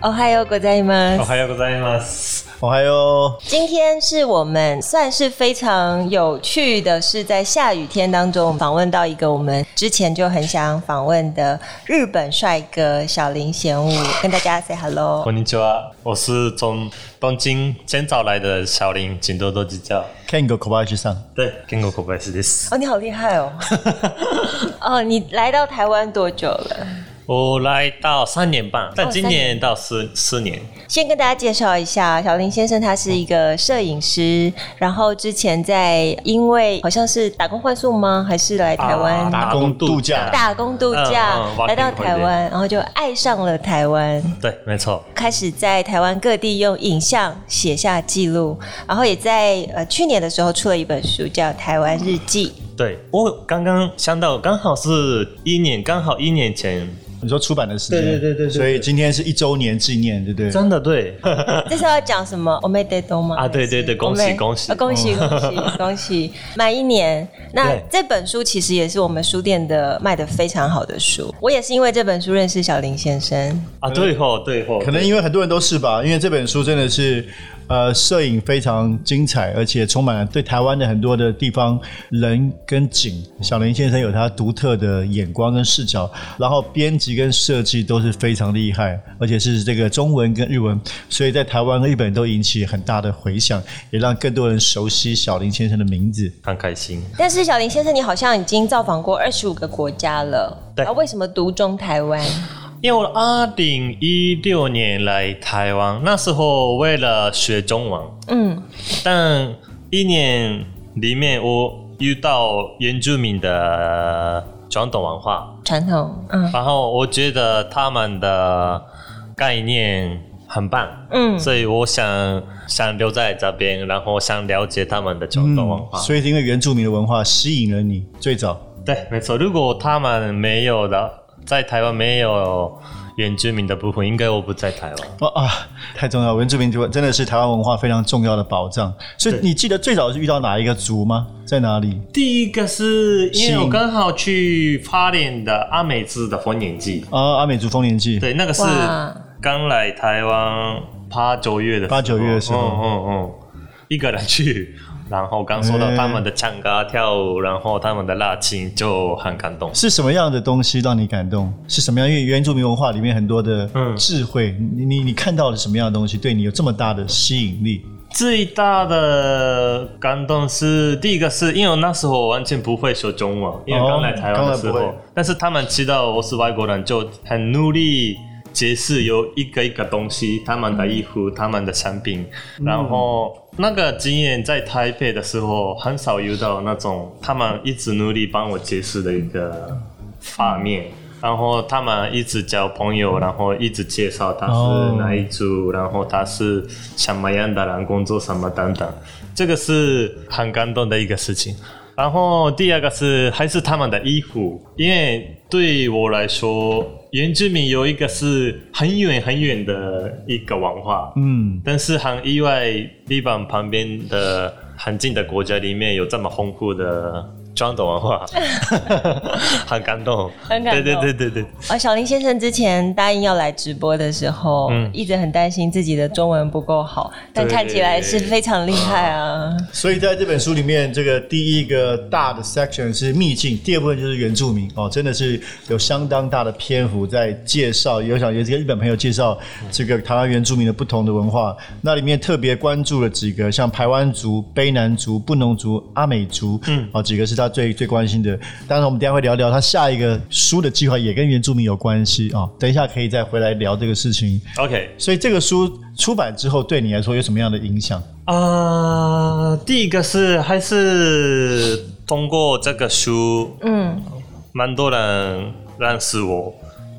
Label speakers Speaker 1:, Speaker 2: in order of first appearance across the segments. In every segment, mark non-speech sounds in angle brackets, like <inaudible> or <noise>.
Speaker 1: 哦嗨哟，国在吗？
Speaker 2: おはようございます。
Speaker 3: 我还有
Speaker 1: 今天是我们算是非常有趣的，是在下雨天当中访问到一个我们之前就很想访问的日本帅哥小林贤武，跟大家 say hello
Speaker 2: こ。んにちは，我是从东京监找来的小林，请多多指教。
Speaker 3: Kengo Kobayashi 上，
Speaker 2: 对，跟我口白是です。
Speaker 1: 哦，你好厉害哦！ <laughs> 哦，你来到台湾多久了？
Speaker 2: 我来到三年半，但今年到四四年。
Speaker 1: 先跟大家介绍一下，小林先生他是一个摄影师，然后之前在因为好像是打工换宿吗？还是来台湾、
Speaker 2: 啊
Speaker 3: 打工度假
Speaker 1: 打工度假、
Speaker 2: 嗯嗯
Speaker 1: 来到台湾，然后就爱上了台湾，
Speaker 2: 对，没错。
Speaker 1: 开始在台湾各地用影像写下记录，然后也在呃去年的时候出了一本书叫《台湾日
Speaker 2: <laughs>
Speaker 1: 记
Speaker 2: 对我刚刚想到，刚好是一年，刚好一年前，
Speaker 3: 你说出版的时间，
Speaker 2: 对对对对对对
Speaker 3: 所以今天是一周年纪念，对不对？
Speaker 2: 真的对，》，
Speaker 1: 这是要讲什么？我没得懂吗？
Speaker 2: 啊对对对恭喜
Speaker 1: 我没
Speaker 2: 恭喜
Speaker 1: 呃恭喜
Speaker 2: <laughs>
Speaker 1: 恭喜恭喜！满一年。那
Speaker 2: 对
Speaker 1: 这本书其实也是我们书店的卖的非常好的书，我也是因为这本书认识小林先生。
Speaker 2: 啊对吼对吼，
Speaker 3: 可能因为很多人都是吧，因为这本书真的是，呃，摄影非常精彩，而且充满了对台湾的很多的地方人跟景。小林先生有他独特的眼光跟视角，然后编辑跟设计都是非常厉害，而且是这个中文跟日文，所以在台湾和日本都引起很大的回响，也让更多人熟悉小林先生的名字。
Speaker 2: 很开心。
Speaker 1: 但是小林先生，你好像已经造访过二十五个国家了，
Speaker 2: 对
Speaker 1: 啊，为什么独中台湾？
Speaker 2: 因为我二零一六年来台湾，那时候为了学中文，
Speaker 1: 嗯，
Speaker 2: 但一年里面我遇到原住民的传统文化，
Speaker 1: 传统，嗯
Speaker 2: 然后我觉得他们的概念很棒，
Speaker 1: 嗯，
Speaker 2: 所以我想想留在这边，然后想了解他们的传统文化。
Speaker 3: 嗯所以是因为原住民的文化吸引了你最早。
Speaker 2: 对，没错。如果他们没有的，在台湾没有原住民的部分，应该我不在台湾。
Speaker 3: 哦啊，太重要了！原住民族真的是台湾文化非常重要的保障。所以
Speaker 2: 对
Speaker 3: 你记得最早是遇到哪一个族吗？在哪里？
Speaker 2: 第一个是因
Speaker 3: 吸
Speaker 2: 为
Speaker 3: 引
Speaker 2: 我刚好去花莲的阿美兹的丰年祭，
Speaker 3: 啊，阿美族丰年祭。
Speaker 2: 对，那个是
Speaker 1: 哇
Speaker 2: 刚来台湾八九月的时候
Speaker 3: 八九月的时候
Speaker 2: 嗯嗯嗯，一个人去，然后刚说到
Speaker 3: 哎
Speaker 2: 他们的唱歌跳舞，然后他们的拉琴就很感动。
Speaker 3: 是什么样的东西让你感动？是什么样？因为原住民文化里面很多的
Speaker 2: 嗯
Speaker 3: 智慧，你你你看到了什么样的东西，对你有这么大的吸引力？
Speaker 2: 最大的感动是第一个是因为那时候我完全不会说中文，因为刚来台湾的时
Speaker 3: 哦刚来
Speaker 2: 候，
Speaker 3: 不会
Speaker 2: 但是他们知道我是外国人，就很努力解释有一个一个东西，他们的衣服、他们的产品，然
Speaker 3: 嗯
Speaker 2: 后那个经验在台北的时候很少遇到那种他们一直努力帮我解释的一个画面。然后他们一直交朋友，然后一直介绍他
Speaker 3: 哦
Speaker 2: 是哪一组，然后他是什么样的人，工作什么等等，这个是很感动的一个事情。然后第二个是还是他们的衣服，因为对我来说，原住民有一个是很远很远的一个文化，
Speaker 3: 嗯，
Speaker 2: 但是很意外，日本旁边的很近的国家里面有这么丰富的传统
Speaker 1: <laughs>
Speaker 2: 文化，很感动，
Speaker 1: 很感动
Speaker 2: 对对对对对，
Speaker 1: 而呃小林先生之前答应要来直播的时候，
Speaker 2: 嗯
Speaker 1: 一直很担心自己的中文不够好，但看起来是非常厉害
Speaker 2: <laughs>
Speaker 1: 啊！
Speaker 3: 所以在这本书里面，这个第一个大的 section 是秘境，第二部分就是原住民哦，真的是有相当大的篇幅在介绍，有想也是跟日本朋友介绍这个台湾原住民的不同的文化。那里面特别关注了几个，像排湾族、卑南族、布农族、阿美族，嗯，哦，几个是他最最关心的。当然，我们等一下会聊聊他下一个书的计划也跟原住民有关系哦。等一下可以再回来聊这个事情。
Speaker 2: OK，
Speaker 3: 所以这个书出版之后，对你来说有什么样的影响？
Speaker 2: 啊、第一个是还是通过这个书，
Speaker 1: 嗯，
Speaker 2: 蛮多人认识我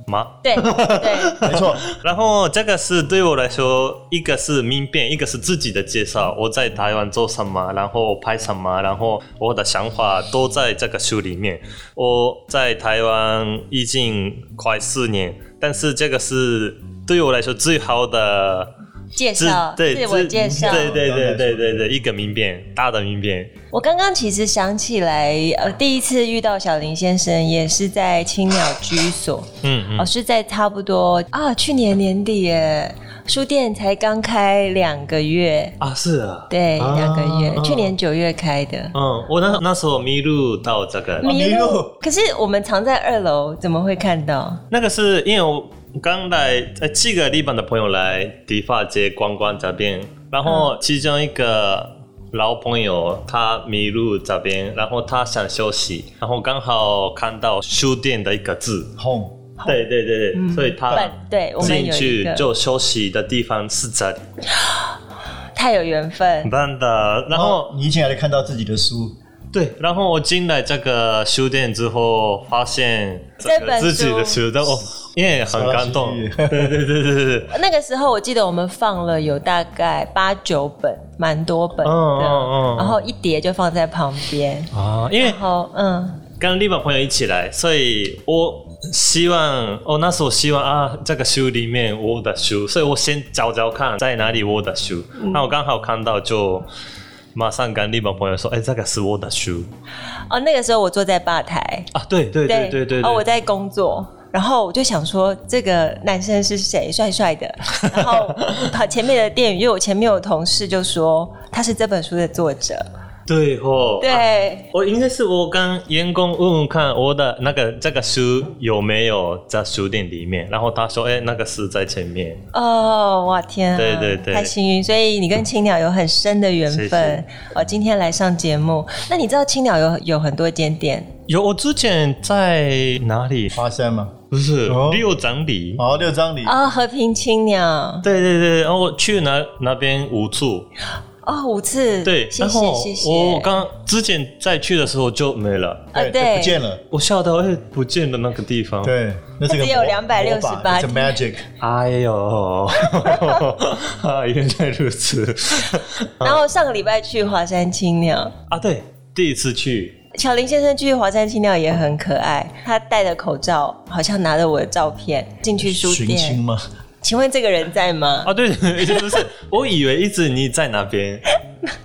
Speaker 2: 吗？
Speaker 1: 对对，
Speaker 3: 没错，
Speaker 2: 然后这个是对我来说，一个是明辨，一个是自己的介绍。我在台湾做什么，然后拍什么，然后我的想法都在这个书里面。我在台湾已经快四年，但是这个是对我来说最好的
Speaker 1: 介
Speaker 2: 自
Speaker 1: 绍
Speaker 2: 对
Speaker 1: 自我介绍，
Speaker 2: 对对对对对对，一个明辨，大的明辨。
Speaker 1: 我刚刚其实想起来，呃，第一次遇到小林先生也是在青鸟居所，
Speaker 2: 嗯嗯
Speaker 1: 哦，是在差不多啊，去年年底耶，书店才刚开两个月，
Speaker 2: 啊是啊，
Speaker 1: 对，
Speaker 3: 啊
Speaker 1: 两个月，
Speaker 2: 嗯
Speaker 1: 去年九月开的。
Speaker 2: 嗯，我那那时候迷路到这个，
Speaker 3: 迷路
Speaker 1: 可是我们常在二楼，怎么会看到？
Speaker 2: 那个是因为我刚来呃几个日本的朋友来理发街逛逛这边，然后其中一个老朋友他迷路这边，然后他想休息，然后刚好看到书店的一个字，
Speaker 3: 轰，
Speaker 2: 对对对对，所以他
Speaker 1: 本嗯对我们
Speaker 2: 进
Speaker 1: 有一
Speaker 2: 去
Speaker 1: 个，
Speaker 2: 就休息的地方是这里，
Speaker 1: 太有缘分，
Speaker 2: 真的。然
Speaker 1: 哦
Speaker 2: 后
Speaker 3: 你进来看到自己的书，
Speaker 2: 对，然后我进来这个书店之后，发现
Speaker 1: 这本
Speaker 2: 自己的
Speaker 1: 书
Speaker 2: 书，但我因为很感动，
Speaker 3: 小 <laughs>
Speaker 2: 对对对对对。
Speaker 1: 那个时候我记得我们放了有大概八九本，蛮多本的，
Speaker 2: 嗯嗯嗯
Speaker 1: 然后一叠就放在旁边。
Speaker 2: 啊，因为
Speaker 1: 然后嗯，
Speaker 2: 跟日本朋友一起来，所以我希望，我那时候希望啊，这个书里面我的书，所以我先找找看在哪里我的书，那、我刚好看到就马上跟日本朋友说，哎、这个是我的书
Speaker 1: 哦，那个时候我坐在吧台，
Speaker 2: 啊，对对对对对
Speaker 1: 哦，我
Speaker 2: 对，
Speaker 1: 在工作。然后我就想说，这个男生是谁？帅帅的。然
Speaker 2: <laughs>
Speaker 1: 后他前面的店员，因为我前面有同事就说他是这本书的作者。
Speaker 2: 对哦，啊
Speaker 1: 对，
Speaker 2: 我应该是我跟员工问问看我的那个这个书有没有在书店里面，然后他说，哎、那个是在前面，
Speaker 1: 哦，哇天、啊，
Speaker 2: 对对对
Speaker 1: 太幸运，所以你跟青鸟有很深的缘分。
Speaker 2: 谢
Speaker 1: 哦，今天来上节目，那你知道青鸟有有很多间店，
Speaker 2: 有我之前在哪里？
Speaker 3: 发山吗？
Speaker 2: 不是
Speaker 3: 哦
Speaker 2: 六张里
Speaker 3: 好，六张里，
Speaker 2: 嗯
Speaker 1: 哦，和平青鸟，
Speaker 2: 对对对，然后我去那那边五处，
Speaker 1: 哦，五次，
Speaker 2: 对，
Speaker 1: 谢
Speaker 2: 然
Speaker 1: 谢
Speaker 2: 后
Speaker 1: 谢谢。
Speaker 2: 我刚之前再去的时候就没了，
Speaker 1: 啊
Speaker 3: 对，
Speaker 1: 对
Speaker 3: 就不见了，
Speaker 2: 我吓到哎不见了那个地方，，
Speaker 3: 对，那是个
Speaker 1: 只有268
Speaker 3: 是 magic，
Speaker 2: 哎呦，啊 <laughs> 原来如此
Speaker 1: 然后上个礼拜去华山青鸟，
Speaker 2: 啊，对，第一次去，
Speaker 1: 小林先生去华山青鸟也很可爱，他戴着口罩，好像拿着我的照片进去书
Speaker 3: 寻亲
Speaker 1: 店。
Speaker 3: 吗？
Speaker 1: 请问这个人在吗？
Speaker 2: 啊，对， <laughs> 就是我以为一直你在
Speaker 1: <laughs>
Speaker 2: 那边，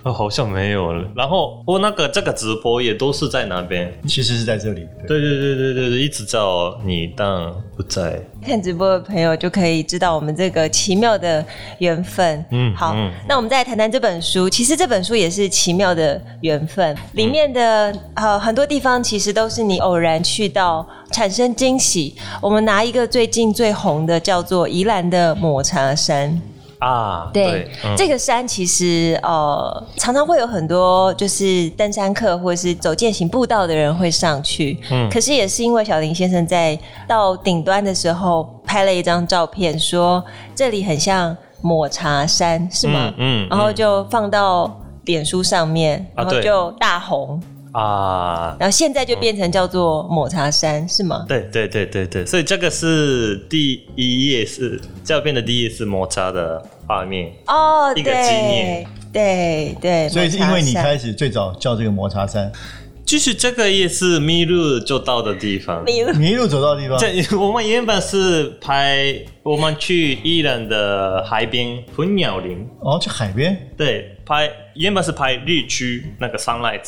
Speaker 2: 哦好像没有了，然后我那个这个直播也都是在那边，
Speaker 3: 其实是在这里，对
Speaker 2: 对对对对对对，一直找你，但不在，
Speaker 1: 看直播的朋友就可以知道我们这个奇妙的缘分。嗯，
Speaker 2: 嗯
Speaker 1: 好，
Speaker 2: 嗯
Speaker 1: 那我们再来谈谈这本书。其实这本书也是奇妙的缘
Speaker 2: 嗯
Speaker 1: 分，里面的、呃很多地方其实都是你偶然去到产生惊喜。我们拿一个最近最红的叫做宜兰的抹茶山。
Speaker 2: 啊，
Speaker 1: 对，
Speaker 2: 嗯
Speaker 1: 这个山其实呃，常常会有很多就是登山客或者是走践行步道的人会上去。嗯，
Speaker 2: 嗯
Speaker 1: 可是也是因为小林先生在到顶端的时候拍了一张照片，说这里很像抹茶山，是吗？
Speaker 2: 嗯嗯
Speaker 1: 然后就放到脸书上面，
Speaker 2: 啊
Speaker 1: 然后
Speaker 2: 对
Speaker 1: 就大红，
Speaker 2: 啊，
Speaker 1: 然后现在就变成叫做抹茶山，是吗？
Speaker 2: 对对对对对，所以这个是第一页是照片的第一页是摩擦的画面，
Speaker 1: 哦，
Speaker 2: 一个纪
Speaker 1: 对
Speaker 2: 念
Speaker 1: 对对，
Speaker 3: 所以是因为你
Speaker 1: 抹茶山
Speaker 3: 开始最早叫这个摩擦山，
Speaker 2: 就是这个也是迷路就到的地方。
Speaker 1: 迷路
Speaker 3: 你一路走到的地方，
Speaker 2: 这 <laughs> 我们原本是拍我们去伊朗的海边喷鸟林，
Speaker 3: 哦，去海边，
Speaker 2: 对，拍原本是拍日出那个 sunlight，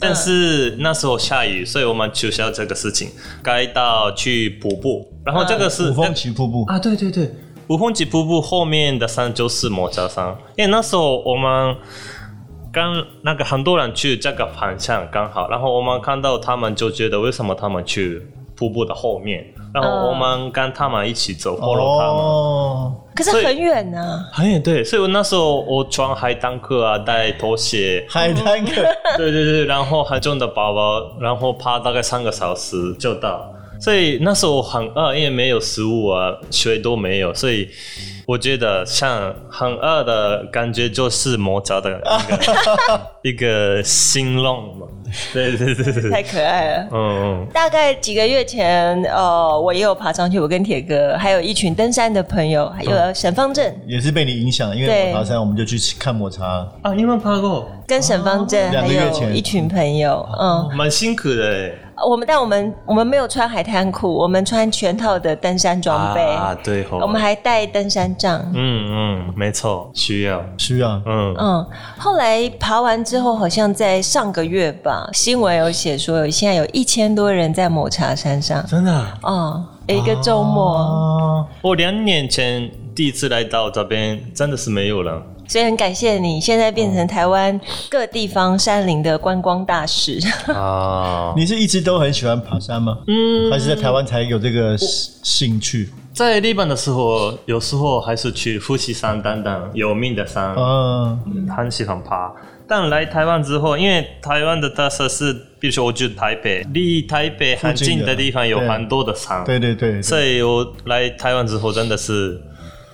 Speaker 2: 但是那时候下雨，所以我们取消这个事情，改到去瀑布。然后这个是、
Speaker 3: 五峰旗瀑布，
Speaker 2: 啊，对对对，五峰旗瀑布后面的山就是抹茶山，因为那时候我们刚那个很多人去这个方向刚好，然后我们看到他们就觉得为什么他们去瀑布的后面，然后我们跟他们一起走，follow 他们。
Speaker 3: 哦，，
Speaker 1: 可是
Speaker 2: 所以
Speaker 1: 很远啊呢、
Speaker 2: 很远对，所以我那时候我穿海滩裤啊，带拖鞋
Speaker 3: 海滩
Speaker 1: <laughs>
Speaker 3: 客，
Speaker 2: <laughs> 对对对，然后很重的包包，然后爬大概三个小时就到。所以那时候我很饿，因为没有食物啊，水都没有，所以我觉得像很饿的感觉就是摩扎的
Speaker 1: <laughs>
Speaker 2: 一个一个形容嘛。对对对对，
Speaker 1: 太可爱了。
Speaker 2: 嗯
Speaker 1: 大概几个月前，呃，我也有爬上去，我跟铁哥还有一群登山的朋友，还有
Speaker 3: 嗯
Speaker 1: 沈方正
Speaker 3: 也是被你影响，因为
Speaker 1: 对
Speaker 3: 抹茶山我们就去看抹茶，
Speaker 2: 嗯啊，你们爬过，哦
Speaker 1: 跟沈方正
Speaker 3: 哦两
Speaker 1: 还
Speaker 3: 个月前
Speaker 1: 有一群朋友，嗯，
Speaker 2: 蛮辛苦的欸
Speaker 1: 我们但我们我们没有穿海滩裤，我们穿全套的登山装备，
Speaker 2: 啊，对吼，
Speaker 1: 我们还带登山杖。
Speaker 2: 嗯嗯，没错，需要，
Speaker 3: 需要。
Speaker 2: 嗯
Speaker 1: 嗯，后来爬完之后，好像在上个月吧，新闻有写说，现在有一千多人在抹茶山上，
Speaker 2: 真的啊、
Speaker 1: 哦，一个周末，
Speaker 3: 啊，
Speaker 2: 我两年前第一次来到这边，真的是没有人。
Speaker 1: 所以很感谢你，现在变成台湾各地方山林的观光大 <laughs> 使。
Speaker 2: 啊，
Speaker 3: 你是一直都很喜欢爬山吗？
Speaker 2: 嗯，
Speaker 3: 还是在台湾才有这个兴趣？
Speaker 2: 在日本的时候，有时候还是去富士山等等有名的山，
Speaker 3: 啊，
Speaker 2: 很喜欢爬。但来台湾之后，因为台湾的特色是，比如说我住台北，离台北很近的地方有很多的山，
Speaker 3: 对对对，
Speaker 2: 所以我来台湾之后真的是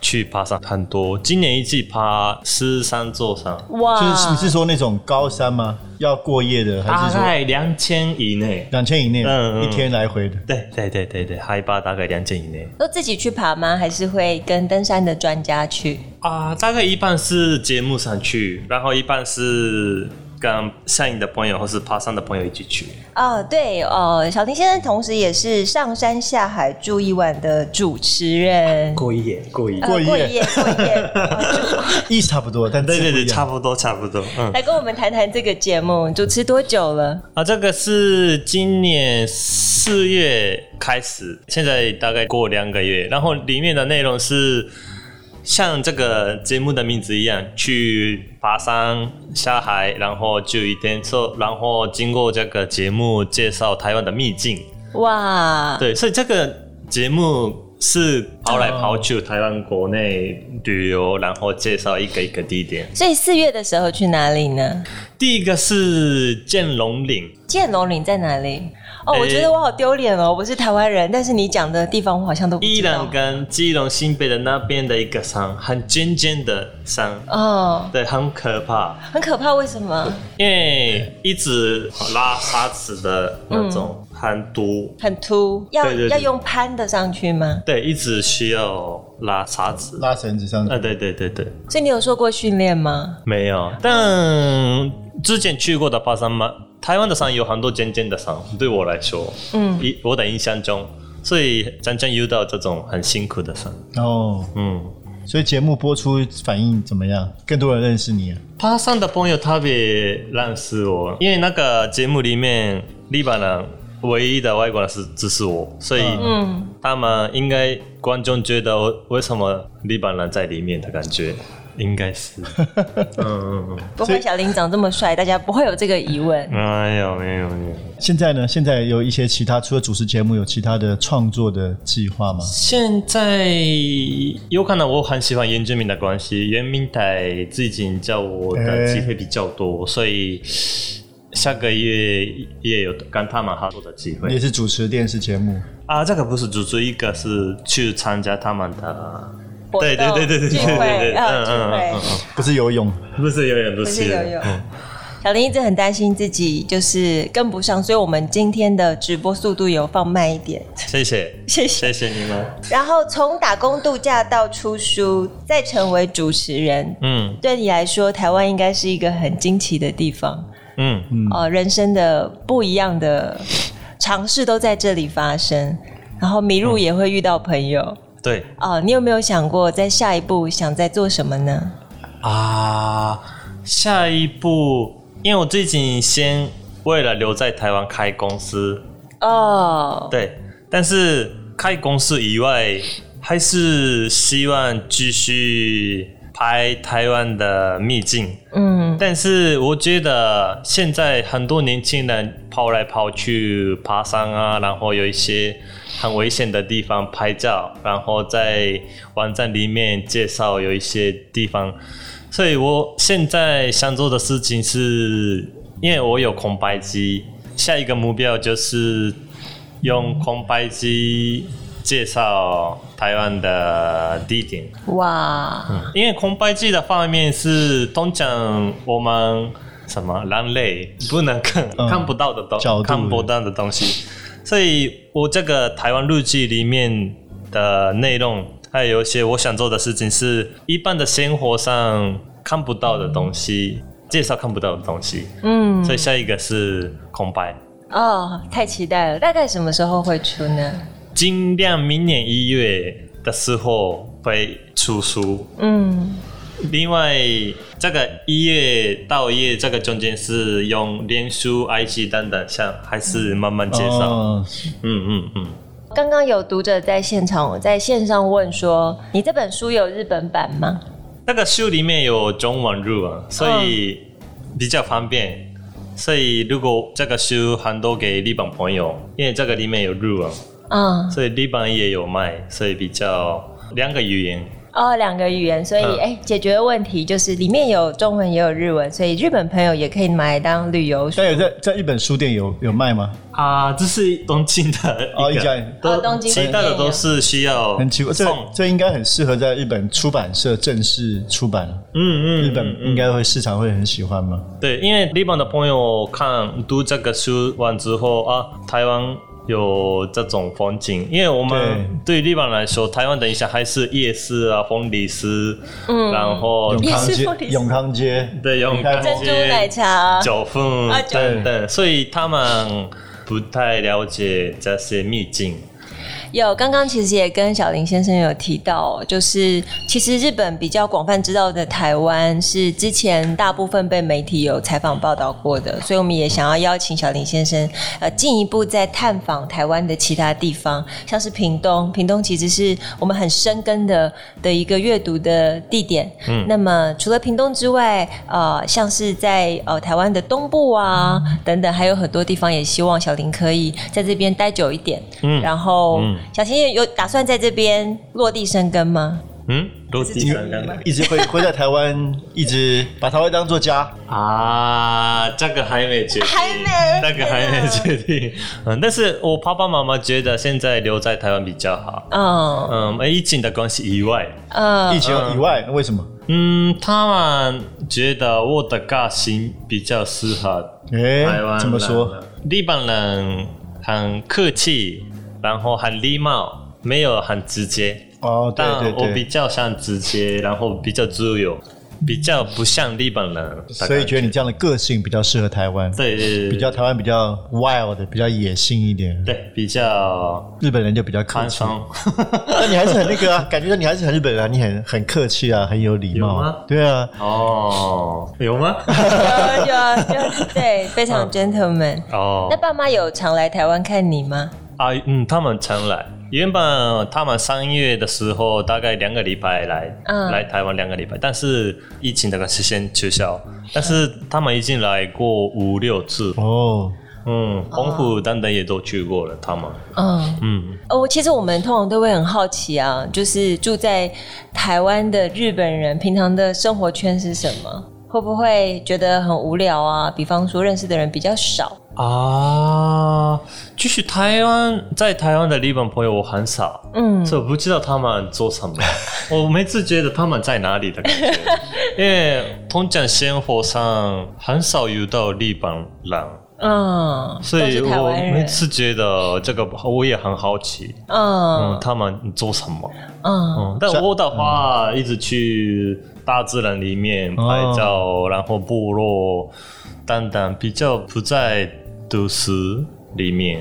Speaker 2: 去爬山很多。今年一季爬十三座山，
Speaker 3: 就
Speaker 1: 哇
Speaker 3: 是你是说那种高山吗？要过夜的，还
Speaker 2: 大
Speaker 3: 是说
Speaker 2: 概两千以内。
Speaker 3: 两千以内
Speaker 2: 嗯嗯
Speaker 3: 一天来回
Speaker 2: <laughs>
Speaker 3: 的？
Speaker 2: 对对对对对，海拔大概两千以内
Speaker 1: 都自己去爬吗？还是会跟登山的专家去？
Speaker 2: 啊，大概一半是节目上去，然后一半是跟摄影的朋友或是爬山的朋友一起去。
Speaker 1: 哦，对，哦，小婷先生同时也是上山下海住一晚的主持人。
Speaker 2: 过一夜，过一
Speaker 1: 呃
Speaker 2: 夜，
Speaker 3: 过一夜
Speaker 1: 过一夜，过一夜， <laughs> 哦住
Speaker 3: 意思差不多，但
Speaker 2: 对对对，差
Speaker 3: 不
Speaker 2: 不多差不多。嗯，
Speaker 1: 来跟我们谈谈这个节目，主持多久了？
Speaker 2: 啊，这个是今年四月开始，现在大概过两个月，然后里面的内容是。像这个节目的名字一样，去爬山、下海，然后就一天做，然后经过这个节目介绍台湾的秘境，
Speaker 1: 哇，
Speaker 2: 对，所以这个节目是跑来跑去台湾国内旅游，然后介绍一个一个地点。
Speaker 1: 所以四月的时候去哪里呢？
Speaker 2: 第一个是剑龙岭，
Speaker 1: 剑龙岭在哪里？哦，我
Speaker 2: 诶
Speaker 1: 觉得我好丢脸哦，我不是台湾人，但是你讲的地方我好像都不
Speaker 2: 依
Speaker 1: 知道
Speaker 2: 然。跟基隆新北的那边的一个山，很尖尖的山，
Speaker 1: 哦，
Speaker 2: 对，很可怕，
Speaker 1: 很可怕，为什么？
Speaker 2: 因为一直拉沙子的那种很毒，
Speaker 1: 很凸，要
Speaker 2: 对对对
Speaker 1: 要用攀的上去吗？
Speaker 2: 对，一直需要拉沙子。
Speaker 3: 拉绳子上
Speaker 2: 啊，对对对对，
Speaker 1: 所以你有受过训练吗？
Speaker 2: 没有，但之前去过的爬山嘛，台湾的山有很多尖尖的山，对我来说，
Speaker 1: 嗯，
Speaker 2: 一我的印象中，所以常常遇到这种很辛苦的山。
Speaker 3: 哦。
Speaker 2: 嗯，
Speaker 3: 所以节目播出反应怎么样？更多人认识你啊、
Speaker 2: 爬山的朋友特别认识我，因为那个节目里面，利巴人唯一的外国人是只是我，所以
Speaker 3: 嗯
Speaker 1: 嗯，
Speaker 2: 他们应该观众觉得我为什么利巴人在里面的感觉，应
Speaker 3: <laughs>
Speaker 2: 该是，嗯嗯
Speaker 1: 不
Speaker 3: 所
Speaker 1: 会，
Speaker 3: 以
Speaker 1: 小林长这么帅，大家不会有这个疑问。
Speaker 2: 嗯，没有没有没有。
Speaker 3: 现在呢？现在有一些其他除了主持节目，有其他的创作的计划吗？
Speaker 2: 现在有可能我很喜欢原住民的关系，原民台最近叫我的机会比较多，所以下个月也有跟他们合作的机
Speaker 3: 也
Speaker 2: 会
Speaker 3: 是主持电视节目，
Speaker 2: 啊。这个不是主持，一个是去参加他们的，
Speaker 1: 活动
Speaker 2: 对对对对对对
Speaker 1: 聚
Speaker 2: 对对，
Speaker 1: 会，
Speaker 2: 嗯
Speaker 1: 嗯，
Speaker 2: 嗯嗯
Speaker 1: 聚
Speaker 2: 嗯
Speaker 1: 会。
Speaker 2: 嗯，
Speaker 3: 不是游泳，
Speaker 2: 不是游泳，不
Speaker 1: 不是游泳
Speaker 2: 嗯
Speaker 1: 小林一直很担心自己就是跟不上，所以我们今天的直播速度有放慢一点。
Speaker 2: 谢谢
Speaker 1: 谢谢
Speaker 2: 谢谢你们，
Speaker 1: 然后从打工度假到出书，再成为主持人，
Speaker 2: 嗯
Speaker 1: 对你来说，台湾应该是一个很惊奇的地方。
Speaker 2: 嗯。
Speaker 1: 哦，人生的不一样的尝试都在这里发生，然后迷
Speaker 2: 嗯
Speaker 1: 路也会遇到朋友。
Speaker 2: 对
Speaker 1: 哦，你有没有想过在下一步想再做什么呢？
Speaker 2: 啊，下一步，因为我最近先为了留在台湾开公司，
Speaker 1: 哦，
Speaker 2: 对，但是开公司以外，还是希望继续拍台湾的秘境。
Speaker 1: 嗯，
Speaker 2: 但是我觉得现在很多年轻人跑来跑去爬山啊，然后有一些很危险的地方拍照，然后在网站里面介绍有一些地方，所以我现在想做的事情是，因为我有空白机，下一个目标就是用空拍机介绍台湾的地点，
Speaker 1: 哇，
Speaker 2: 因为空拍机的方面是通常我们什么人类不能 <laughs> 看、
Speaker 3: 嗯
Speaker 2: 看不到的东
Speaker 3: 角度
Speaker 2: 看不到的东西，所以我这个台湾日记里面的内容，还有一些我想做的事情是一般的生活上看不到的东
Speaker 3: 嗯
Speaker 2: 西，介绍看不到的东西，
Speaker 1: 嗯，
Speaker 2: 所以下一个是空白。
Speaker 1: 哦，太期待了！大概什么时候会出呢？
Speaker 2: 尽量明年一月的时候会出书。
Speaker 1: 嗯，
Speaker 2: 另外，这个一月到一月这个中间是用脸书、IG 等等像，还是慢慢介绍？
Speaker 3: 哦
Speaker 2: 嗯嗯嗯，
Speaker 1: 刚刚有读者在现场，在线上问说：“你这本书有日本版吗
Speaker 2: 那个书里面有中文、日文，所以比较方便。所以如果这个书很多给日本朋友，因为这个里面有日文，？”
Speaker 1: 嗯，
Speaker 2: 所以日本也有卖，所以比较两个语言。
Speaker 1: 哦，两个语言，所以
Speaker 2: 嗯
Speaker 1: 哎、解决的问题就是里面有中文也有日文，所以日本朋友也可以买来当旅游书。
Speaker 3: 现在有在在日本书店有有卖吗？
Speaker 2: 啊，这是东京的一个，
Speaker 3: 哦一家
Speaker 2: 都
Speaker 1: 哦东京
Speaker 2: 其他的都是需要
Speaker 3: 很奇怪，这
Speaker 2: 哦送，
Speaker 3: 这应该很适合在日本出版社正式出版，
Speaker 2: 嗯嗯，
Speaker 3: 日本应该会市场会很喜欢吗？
Speaker 2: 对，因为日本的朋友看读这个书完之后啊，台湾有这种风景，因为我们对日本来说，台湾的影响还是夜市啊、风里市，嗯，然后
Speaker 3: 永康
Speaker 1: 也是
Speaker 3: 街
Speaker 1: 凤梨，酥
Speaker 3: 永康街，
Speaker 2: 对永康
Speaker 1: 珍珠奶
Speaker 2: 街、
Speaker 1: 茶，
Speaker 2: 九份
Speaker 1: 啊九
Speaker 2: 等等，所以他们不太了解这些秘境。
Speaker 1: 有，刚刚其实也跟小林先生有提到，就是其实日本比较广泛知道的台湾，是之前大部分被媒体有采访报道过的，所以我们也想要邀请小林先生，呃，进一步再探访台湾的其他地方，像是屏东，屏东其实是我们很深根的的一个阅读的地点。嗯，那么除了屏东之外，呃，像是在呃台湾的东部啊等等，还有很多地方也希望小林可以在这边待久一点。嗯，然后、小新有打算在这边落地生根吗？
Speaker 2: 嗯，落地生根
Speaker 3: 一直会会在台湾，一直把台湾当做家。
Speaker 2: 啊，这个还没决定，
Speaker 1: 还没
Speaker 2: 这个还没决定。嗯，但是我爸爸妈妈觉得现在留在台湾比较好。
Speaker 1: 嗯
Speaker 2: 嗯，疫情的关系以外，
Speaker 1: 嗯
Speaker 3: 疫情以外，为什么？
Speaker 2: 嗯，他们觉得我的个性比较适合
Speaker 3: 哎
Speaker 2: 台湾人。
Speaker 3: 怎么说？
Speaker 2: 日本人很客气，然后很礼貌，没有很直接。
Speaker 3: 哦，对
Speaker 2: 但
Speaker 3: 对
Speaker 2: 我
Speaker 3: 对，
Speaker 2: 比较想直接，然后比较自由，比较不像日本人的感觉。
Speaker 3: 所以觉得你这样的个性比较适合台湾，
Speaker 2: 对对对
Speaker 3: 比较台湾比较 wild，比较野性一点，
Speaker 2: 对比较
Speaker 3: 日本人就比较客
Speaker 2: 宽
Speaker 3: 气。
Speaker 2: 松。
Speaker 3: 但你还是很 <laughs> 那个啊， <laughs> 感觉到你还是很日本人啊，你很很客气啊，很有礼貌
Speaker 2: 有吗
Speaker 3: 啊。对啊， <laughs>
Speaker 2: 哦，有吗？
Speaker 1: 有有有， <laughs> 对，非常
Speaker 2: 嗯
Speaker 1: gentleman。
Speaker 2: 哦
Speaker 1: 那爸妈有常来台湾看你吗？
Speaker 2: 啊，嗯，他们常来。原本他们三月的时候，大概两个礼拜来，
Speaker 1: 嗯
Speaker 2: 来台湾两个礼拜，但是疫情这个时间取消。但是他们已经来过五六次，
Speaker 3: 哦，
Speaker 2: 嗯，澎湖等等也都去过了。他们，
Speaker 1: 嗯，
Speaker 2: 嗯，
Speaker 1: 哦，其实我们通常都会很好奇啊，就是住在台湾的日本人平常的生活圈是什么？会不会觉得很无聊啊？比方说认识的人比较少，
Speaker 2: 啊，就是台湾在台湾的日本朋友我很少，
Speaker 1: 嗯，
Speaker 2: 所以我不知道他们做什 <laughs> 么。我每次觉得他们在哪里的感 <laughs> 觉，因为通常生活上很少遇到日本人，
Speaker 1: 嗯，
Speaker 2: 所以
Speaker 1: 都是台
Speaker 2: 我
Speaker 1: 湾
Speaker 2: 每
Speaker 1: 人，
Speaker 2: 次觉得这个我也很好奇，嗯，
Speaker 1: 嗯
Speaker 2: 他们做什么？
Speaker 1: 嗯
Speaker 2: 嗯，但我的话一直去大自然里面拍
Speaker 1: 嗯
Speaker 2: 照，然后部落等等，比较不在都市里面。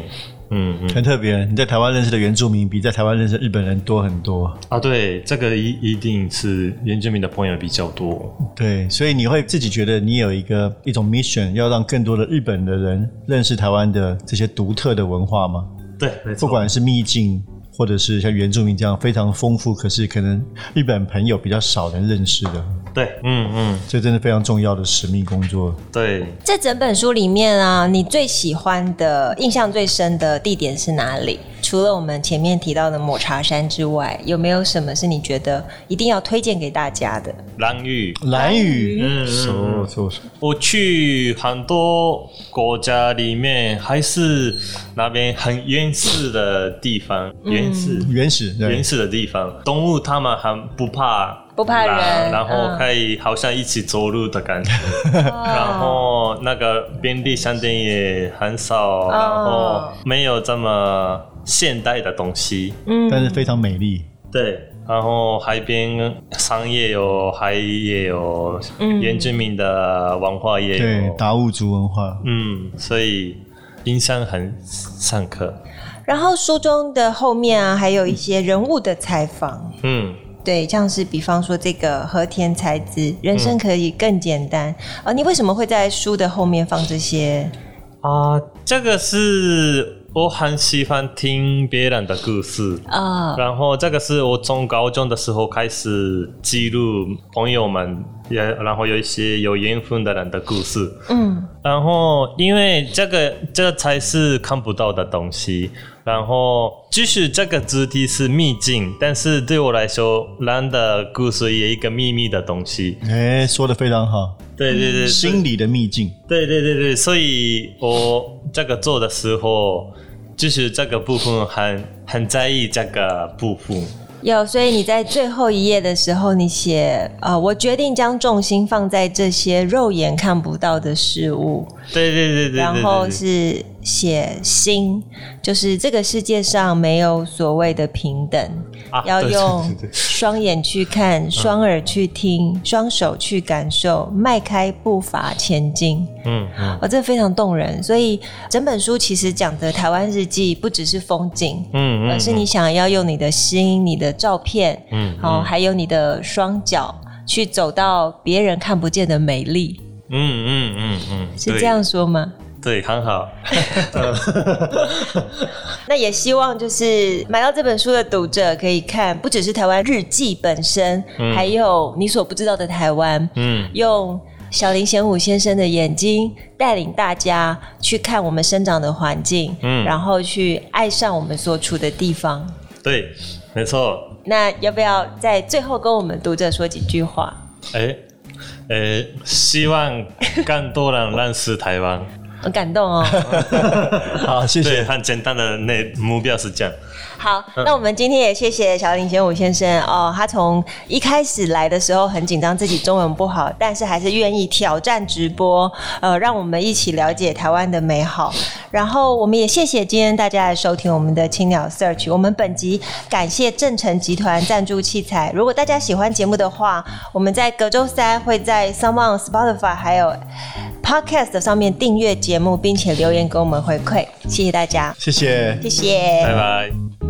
Speaker 2: 嗯嗯
Speaker 3: 很特别。你在台湾认识的原住民比在台湾认识的日本人多很多。
Speaker 2: 啊，对，这个一一定是原住民的朋友比较多。
Speaker 3: 对，所以你会自己觉得你有一个一种 mission，要让更多的日本的人认识台湾的这些独特的文化吗？
Speaker 2: 对，没
Speaker 3: 不
Speaker 2: 错
Speaker 3: 管是秘境、或者是像原住民这样非常丰富，可是可能日本朋友比较少人认识的，
Speaker 2: 对，嗯嗯，
Speaker 3: 这真的非常重要的使命工作。
Speaker 2: 对，
Speaker 1: 这整本书里面啊，你最喜欢的、印象最深的地点是哪里？除了我们前面提到的抹茶山之外，有没有什么是你觉得一定要推荐给大家的？
Speaker 2: 蓝屿。
Speaker 3: 蓝屿，
Speaker 2: 嗯嗯
Speaker 3: 熟熟熟，
Speaker 2: 我去很多国家里面，还是那边很原始的地方，
Speaker 1: 嗯
Speaker 2: 原始、
Speaker 3: 原始对
Speaker 2: 原始的地方，动物它们很不怕。
Speaker 1: 不怕人
Speaker 2: 狼然后
Speaker 1: 嗯
Speaker 2: 可以好像一起走路的感觉，然后那个便利商店也很少，
Speaker 1: 嗯
Speaker 2: 然后没有这么现代的东西，
Speaker 3: 嗯但是非常美丽。
Speaker 2: 对，然后海边商业有，海也有，
Speaker 1: 嗯
Speaker 2: 原住民的文化也
Speaker 3: 对
Speaker 2: 有，，
Speaker 3: 达悟族文化，
Speaker 2: 嗯，所以印象很深刻。
Speaker 1: 嗯然后书中的后面啊，还有一些人物的采访，
Speaker 2: 嗯，
Speaker 1: 对，像是比方说这个和田才子，人生可以更简单。呃，你为什么会在书的后面放这些？
Speaker 2: 啊、这个是我很喜欢听别人的故事。
Speaker 1: 啊、
Speaker 2: 然后这个是我从高中的时候开始记录朋友们，也然后有一些有缘分的人的故事。
Speaker 1: 嗯，
Speaker 2: 然后因为这个这才是看不到的东西。然后即使这个主题是秘境，但是对我来说，人的故事也一个秘密的东西。
Speaker 3: 哎，说的非常好，
Speaker 2: 对对对，所以
Speaker 3: 心理的秘境。
Speaker 2: 对对对对，所以我这个做的时候，就是这个部分很很在意这个部分。
Speaker 1: 有，所以你在最后一页的时候，你写呃，我决定将重心放在这些肉眼看不到的事物，
Speaker 2: 对对对对对对
Speaker 1: 然后
Speaker 2: 对
Speaker 1: 是写心，就是这个世界上没有所谓的平等，
Speaker 2: 啊
Speaker 1: 要
Speaker 2: 对对嗯
Speaker 1: 用
Speaker 2: 对对
Speaker 1: 双眼去看，双耳去听，双手去感受，迈开步伐前进。
Speaker 2: 嗯嗯
Speaker 1: 哦，这非常动人。所以整本书其实讲的台湾日记不只是风景，
Speaker 2: 嗯
Speaker 1: 而
Speaker 2: 嗯
Speaker 1: 是你想要用你的心、你的照片，
Speaker 2: 嗯
Speaker 1: 哦，还有你的双脚去走到别人看不见的美丽，
Speaker 2: 嗯嗯嗯嗯，
Speaker 1: 是
Speaker 2: 对
Speaker 1: 这样说吗？
Speaker 2: 对，很好。
Speaker 1: 那也希望就是买到这本书的读者可以看，不只是台湾日记本身，还有你所不知道的台湾，
Speaker 2: 嗯
Speaker 1: 用小林贤武先生的眼睛带领大家去看我们生长的环境，
Speaker 2: 嗯
Speaker 1: 然后去爱上我们所处的地方。
Speaker 2: 对，没错。
Speaker 1: 那要不要在最后跟我们读者说几句话？
Speaker 2: 哎呃，希望更多人认识台湾。
Speaker 1: 很感动哦。
Speaker 3: 好，谢
Speaker 2: 对，
Speaker 3: 谢。
Speaker 2: 很简单的那目标是这样。
Speaker 1: 好，那我们今天也谢谢小林贤武先生哦，他从一开始来的时候很紧张，自己中文不好，但是还是愿意挑战直播，呃，让我们一起了解台湾的美好。然后我们也谢谢今天大家来收听我们的青鸟 Search，我们本集感谢正成集团赞助器材。如果大家喜欢节目的话，我们在隔周三会在 Someone、Spotify 还有 Podcast 上面订阅节目，并且留言给我们回馈，谢谢大家，
Speaker 3: 谢谢。
Speaker 1: 谢谢，
Speaker 2: 拜拜。